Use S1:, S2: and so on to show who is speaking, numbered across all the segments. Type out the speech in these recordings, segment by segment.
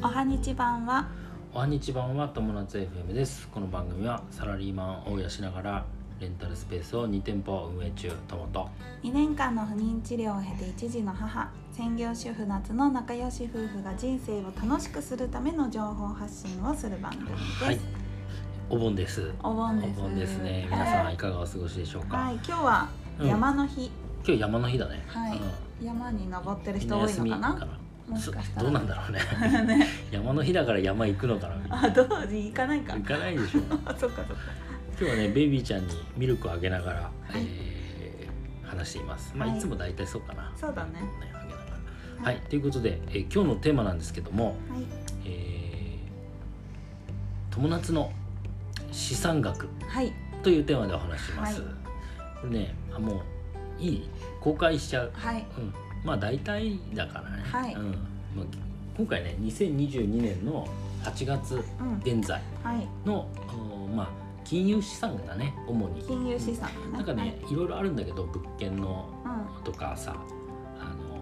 S1: はにち版は
S2: おはにちばんは友達 FM ですこの番組はサラリーマンを養しながらレンタルスペースを2店舗運営中ともと
S1: 2年間の不妊治療を経て一児の母専業主婦夏の仲良し夫婦が人生を楽しくするための情報発信をする番組です、
S2: はいお盆です
S1: お盆です
S2: お盆ですね皆さんいかがお過ごしでしょうか、
S1: はい、今日は山の日、
S2: 今日山の日だね
S1: はい
S2: うん
S1: 山に登ってる
S2: みん
S1: 人
S2: な
S1: 多い
S2: 休み
S1: のか
S2: か
S1: な
S2: な
S1: もしかしたら
S2: そどうなんだろ うね山の日だから山行くのかなみんな
S1: あどう行かないか
S2: 行かないでしょ
S1: あ そっかそっか
S2: 今日はねベイビーちゃんにミルクをあげながら、
S1: い
S2: えー話していますまあ、、
S1: はいい
S2: つも大体そうかな
S1: そうだね
S2: あげながらはい、ということで、えー今日のテーマなんですけども、
S1: はい
S2: えー友達の資産額
S1: はい
S2: というテーマでお話しします、
S1: はい
S2: これねあもういい公開しちゃう、
S1: はい
S2: うん、まあ大体だからね、
S1: はい
S2: うんまあ今回ね2022年の8月
S1: うん
S2: 現在
S1: はい
S2: の、うんまあ、金融資産だね主に
S1: 金融資産
S2: うんなんかね、い、ろいろあるんだけど物件の
S1: は
S2: とかさあの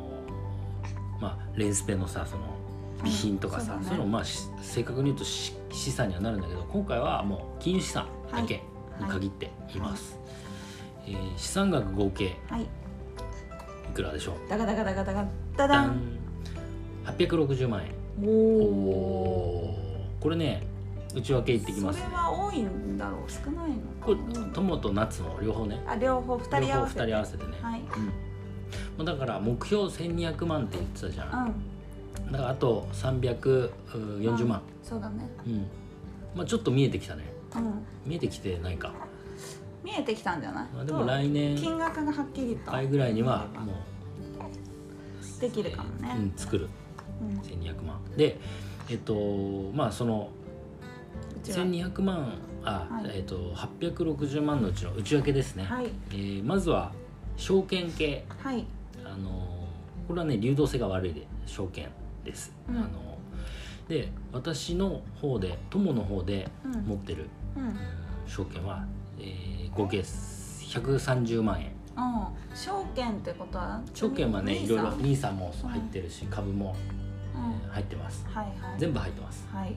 S2: ーまあレンスペのさその
S1: いうん
S2: 備品とかさ、
S1: うん
S2: そう
S1: だ
S2: いう
S1: ね
S2: のまあし正確に言うとし資産にはなるんだけど今回はもう金融資産だけに限っています、えー資産額合計
S1: はい
S2: いくらでしょう
S1: ダガダガダガダガダダ
S2: ダ
S1: ン
S2: ン860万
S1: お
S2: 円おーこれね内訳いってきますね
S1: それは多いんだろう少ないの
S2: これ
S1: うん
S2: 友と夏の両方ね
S1: あ両方二人合わせて
S2: 両方二人合わせてね、
S1: はい
S2: うん、だから目標1200万って言ってたじゃん、
S1: うん
S2: だからあと340万、
S1: そうだね
S2: うんまあ、ちょっと見えてきたね
S1: うん
S2: 見えてきてないか、
S1: 見えてきたんじゃない
S2: まあ、でも
S1: どう
S2: 来年
S1: 金額がはっきりと
S2: 倍ぐらいにはもう
S1: できるかもね
S2: うん、作る
S1: うん
S2: 1200万でえっとまあその
S1: うちは
S2: 1200万あ、
S1: はい
S2: えっと860万のうちの内訳ですね、
S1: はい
S2: えーまずは証券系
S1: はい
S2: あのこれはね流動性が悪いで証券です、
S1: うん
S2: あので私の方で友の方で
S1: うん
S2: 持ってる
S1: うん
S2: うん証券は、えー合計130万円
S1: うん証券ってことは
S2: 証券はね
S1: 兄
S2: いろいろ
S1: さん
S2: 兄さんも入ってるし株も
S1: う
S2: え
S1: ん
S2: ー入ってます
S1: はいはい
S2: 全部入ってます
S1: はい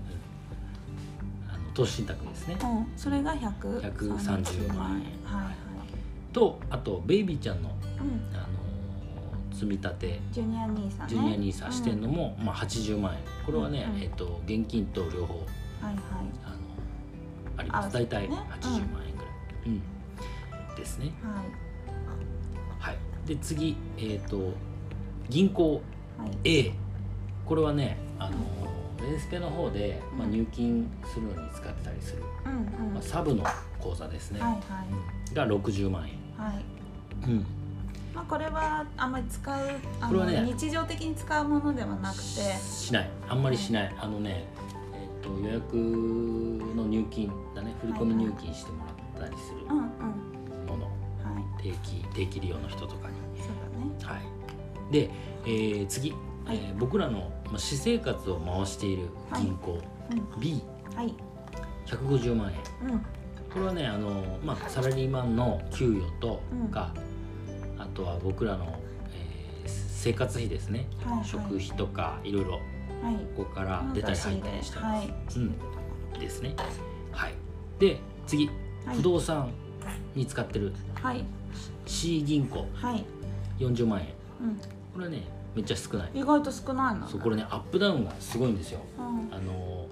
S2: あの投資信託ですね
S1: うんそれが130
S2: 130万円
S1: はいはい
S2: とあとベイビーちゃんの、
S1: うん
S2: あのー積み立て
S1: ジュニア兄さんね
S2: ジュニアニーサ
S1: うん
S2: してんのも、まあ、80万円これはね、
S1: うん
S2: えっと現金と両方
S1: はいはい
S2: あのありま
S1: あ
S2: す大体
S1: そうね
S2: 80万円ぐらい、うんですね
S1: はい
S2: はいで次えっ、と銀行
S1: はい
S2: A これはねあのレンスペの方で、まあ、
S1: うん
S2: 入金するのに使ってたりする、
S1: うんうん
S2: まあ、サブの口座ですね、
S1: はい
S2: うんが60万円、
S1: はいはい
S2: うん
S1: まあこれはあんまり使うあ
S2: これは
S1: の、
S2: ね
S1: 日常的に使うものではなくて
S2: しないあんまりしない、あのね、えっと予約の入金だね振り込み入金してもらったりする
S1: うんうん
S2: もの、
S1: はい
S2: 定期定期利用の人とかに
S1: そうだね
S2: はい、で、えー次、
S1: はい
S2: えー僕らのまあ私生活を回している銀行、
S1: はい
S2: B150 万円
S1: うんうん
S2: これはねあの、まあ、サラリーマンの給与とか、あとは僕らの、えー生活費ですね、
S1: はいはい
S2: 食費とかいろいろ
S1: はい
S2: ここから出たり入ったりしてます、
S1: はい
S2: うん、ですねはいで次
S1: はい
S2: 不動産に使ってる
S1: はい
S2: C 銀行
S1: はい
S2: 40万円
S1: うん
S2: これはねめっちゃ少ない
S1: 意外と少ないの
S2: そうこれねアップダウンがすごいんですよ
S1: うん
S2: あの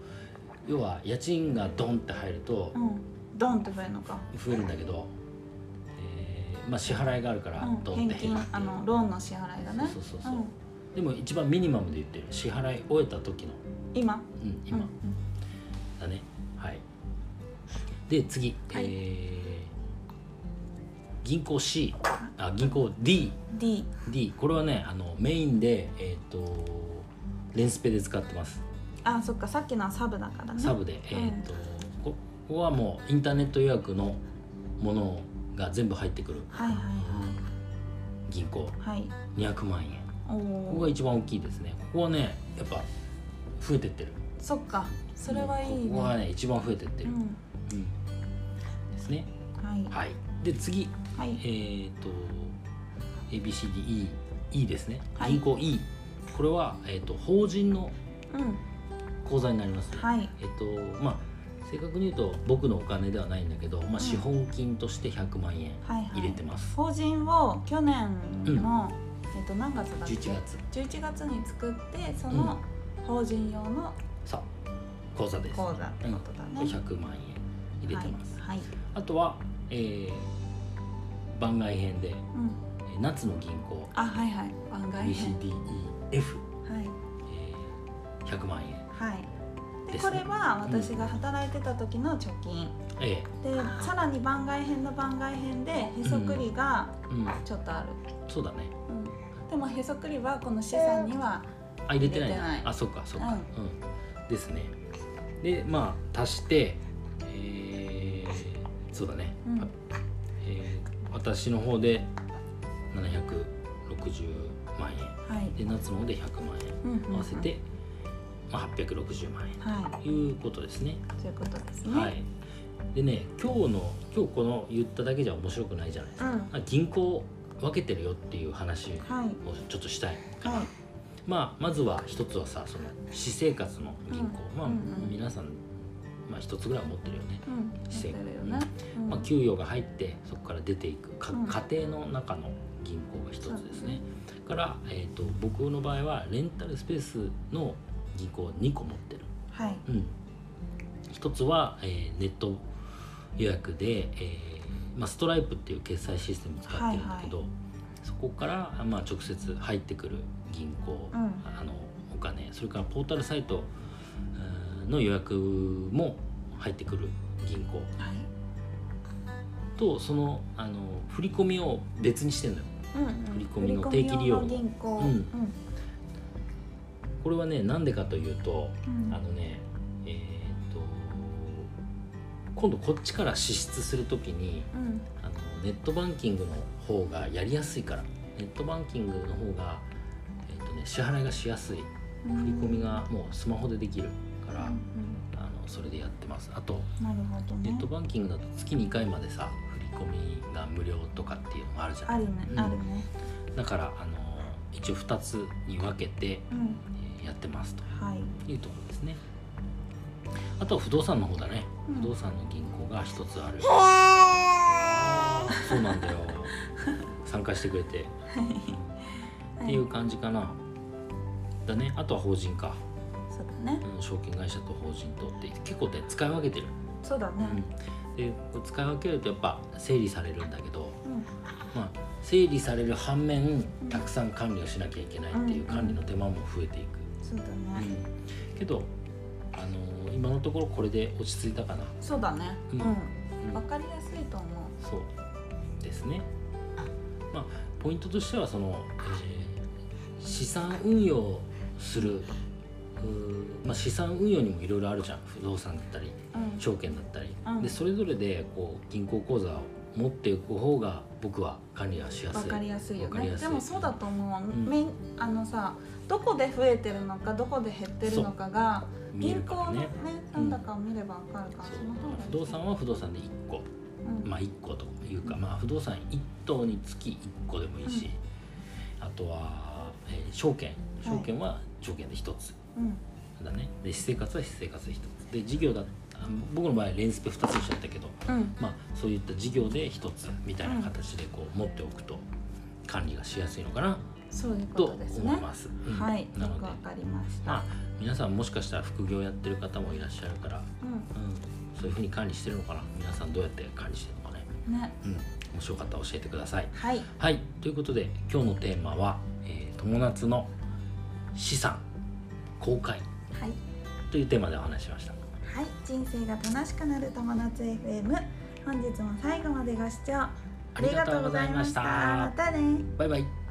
S2: 要は家賃がドンって入ると
S1: うんドンって増えるのか
S2: 増えるんだけど、えーまあ、支払いがあるから
S1: うん
S2: ドンっ
S1: 返
S2: て
S1: 金
S2: 減るって
S1: あ
S2: いう、
S1: のローンの支払いがね
S2: そうそうそうそうでも一番ミニマムで言ってる支払い終えた時の、
S1: ん今
S2: うん、
S1: うんう
S2: 今
S1: ん
S2: だね、はいで次、
S1: はい
S2: えー銀行 C あ銀行 DD
S1: D
S2: これはねあのメインでえっ、とレンスペで使ってます
S1: あそっかさっきのはサブだからね
S2: サブで、えーっとこここはもうインターネット予約のものが全部入ってくる
S1: はいはい
S2: 銀行
S1: はいはい
S2: 200万円
S1: お
S2: ここが
S1: お
S2: 一番大きいですねここはねやっぱ増えてってる
S1: そっかそれはいいね
S2: ここがね一番増えてって
S1: う
S2: る、
S1: ん
S2: うんですね
S1: はい
S2: はいで次
S1: はい
S2: えーっと ABCDE E ですね、
S1: はい
S2: 銀行 E これは、えーっと法人の
S1: うん
S2: 口座になります、
S1: はい
S2: えっとまあ正確に言うと僕のお金ではないんだけど、ま
S1: ん
S2: あ、資本金として100万円
S1: はいはい
S2: 入れてます、
S1: 法人を去年の、えっと何月だっけ
S2: 11月
S1: 11月に作ってその法人用の
S2: さあ口座です
S1: 口座ってことだね、
S2: うん100万円入れてます、
S1: はい、はい
S2: あとは、えー番外編で
S1: うん、
S2: えー夏の銀行
S1: あはいはい番外編
S2: BCDEF100
S1: はい
S2: 万円
S1: はいで
S2: です
S1: こ
S2: ね
S1: れは私が働いてた時の貯金、
S2: え
S1: でさらに番外編の番外編でへそくりが
S2: えうん
S1: ちょっとある、
S2: そうだね
S1: うん、でもへそくりはこの資産には
S2: あ入れてないな
S1: 入れてない
S2: あそっかそっか、うんですねでまあ足して、えーそうだね、
S1: うん
S2: あえー私の方で760万円
S1: はい、
S2: で夏の方で100万円
S1: うんうんうん
S2: 合わせて、まあ、860万円
S1: は
S2: ということですね
S1: いということですね、
S2: はい、でね今日の今日この言っただけじゃ面白くないじゃないです
S1: う
S2: か、
S1: ん
S2: まあ銀行分けてるよっていう話を
S1: はい
S2: ちょっとしたい、
S1: はい
S2: まあ、まずは一つはさその私生活の銀行、
S1: うん
S2: まあ、
S1: うんうん
S2: 皆さん、まあ、一つぐらいは持ってるよね、
S1: うんやって
S2: 姿勢
S1: るよね、うん
S2: まあ、給与が入ってそこから出ていくか
S1: うん
S2: 家庭の中の銀行が一つですね、から、えー、と僕の場合はレンタルスペースの銀行を2個持ってる
S1: はい
S2: うん、一つは、えーネット予約で、えーまあ、ストライプっていう決済システム使ってるんだけど、そこから、まあ、直接入ってくる銀行、
S1: うん
S2: あのお金それからポータルサイトうんの予約も入ってくる銀行
S1: はい
S2: とそのあの振り込みを別にしてんのよ。
S1: うんうん
S2: 振り込みの定期利用
S1: 振り込み用銀行、
S2: うんこれはねなんでかというと
S1: うん
S2: あのねえーっと今度こっちから支出するときに
S1: うん
S2: あのネットバンキングの方がやりやすいからネットバンキングの方が、えっとね、支払いがしやすい
S1: う
S2: 振
S1: ん
S2: り込みがもうスマホでできるか
S1: う
S2: ら、
S1: んうん
S2: あのそれでやってますあと
S1: なるほど
S2: ネ
S1: ね
S2: ットバンキングだと月2回までさ振り込みが無料とかっていうのがあるじゃ
S1: あ
S2: ない
S1: るね、
S2: うん
S1: あるね
S2: だからあの一応2つに分けて、
S1: うん
S2: えーやってますと
S1: はい
S2: いうところですねあとは不動産の方だね、
S1: うん
S2: 不動産の銀行が1つ あるそうなんだよ参加してくれてっていう
S1: は
S2: 感じかな、だねあとは法人か、
S1: そうだね
S2: うん、証券会社と法人とって結構ね使い分けてる、
S1: そうだ
S2: う
S1: ね
S2: ん、でこう使い分けるとやっぱ整理されるんだけど、
S1: うん
S2: まあ、整理される反面
S1: ん
S2: たくさん管理をしなきゃいけないってい
S1: う
S2: う
S1: ん
S2: 管理の手間も増えていく、
S1: そうだ
S2: う
S1: ね、
S2: ん、けど、あのー今のところこれで落ち着いたかな、
S1: そうだね
S2: うん
S1: う
S2: うん
S1: んわかりやすいと思う
S2: そうですね。まあポイントとしてはその、えー資産運用するうーまあ、資産運用にもいろいろあるじゃん不動産だったり
S1: うん
S2: 証券だったり、
S1: うん
S2: でそれぞれでこう銀行口座を持っていく方が僕は管理がしや
S1: わ
S2: すい。
S1: かりやすいよ
S2: わかり
S1: ね
S2: やすい
S1: でもそうだと思う、
S2: ん
S1: めんあのさどこで増えてるのかどこで減ってるのかが
S2: 見え
S1: 銀
S2: る
S1: 行
S2: から
S1: のね
S2: ね
S1: 残高を見ればわかるから、
S2: そう
S1: その方がいい
S2: 不動産は不動産で1個
S1: うん
S2: まあ、1個というか、まあ、不動産1棟につき1個でもいいし、あとは、えー証券証券は証券で1つ
S1: うん
S2: だねで私生活は私生活で1つで事業だあ僕の場合レンスペ2つしちゃったけど、
S1: うん
S2: まあ、そういった事業で1つみたいな形でこう持っておくと管理がしやすいのかな
S1: そういうこととです
S2: 思い
S1: ね
S2: ます。うん
S1: はい
S2: な
S1: よ
S2: の
S1: く
S2: で
S1: わかりました、
S2: まあ皆さんもしかしたら副業やってる方もいらっしゃるから、
S1: う
S2: うん、そういうふうに管理してるのかな皆さんどうやって管理してるのかね、
S1: んね
S2: うん、もしよかったら教えてください。
S1: はい
S2: はい、ということで今日のテーマは、えー友達の資産公開
S1: はい
S2: というテーマでお話ししました。
S1: はい、人生が楽しくなる友達 FM 本日も最後までご視聴ありがとうございましたまたね
S2: バイバイ。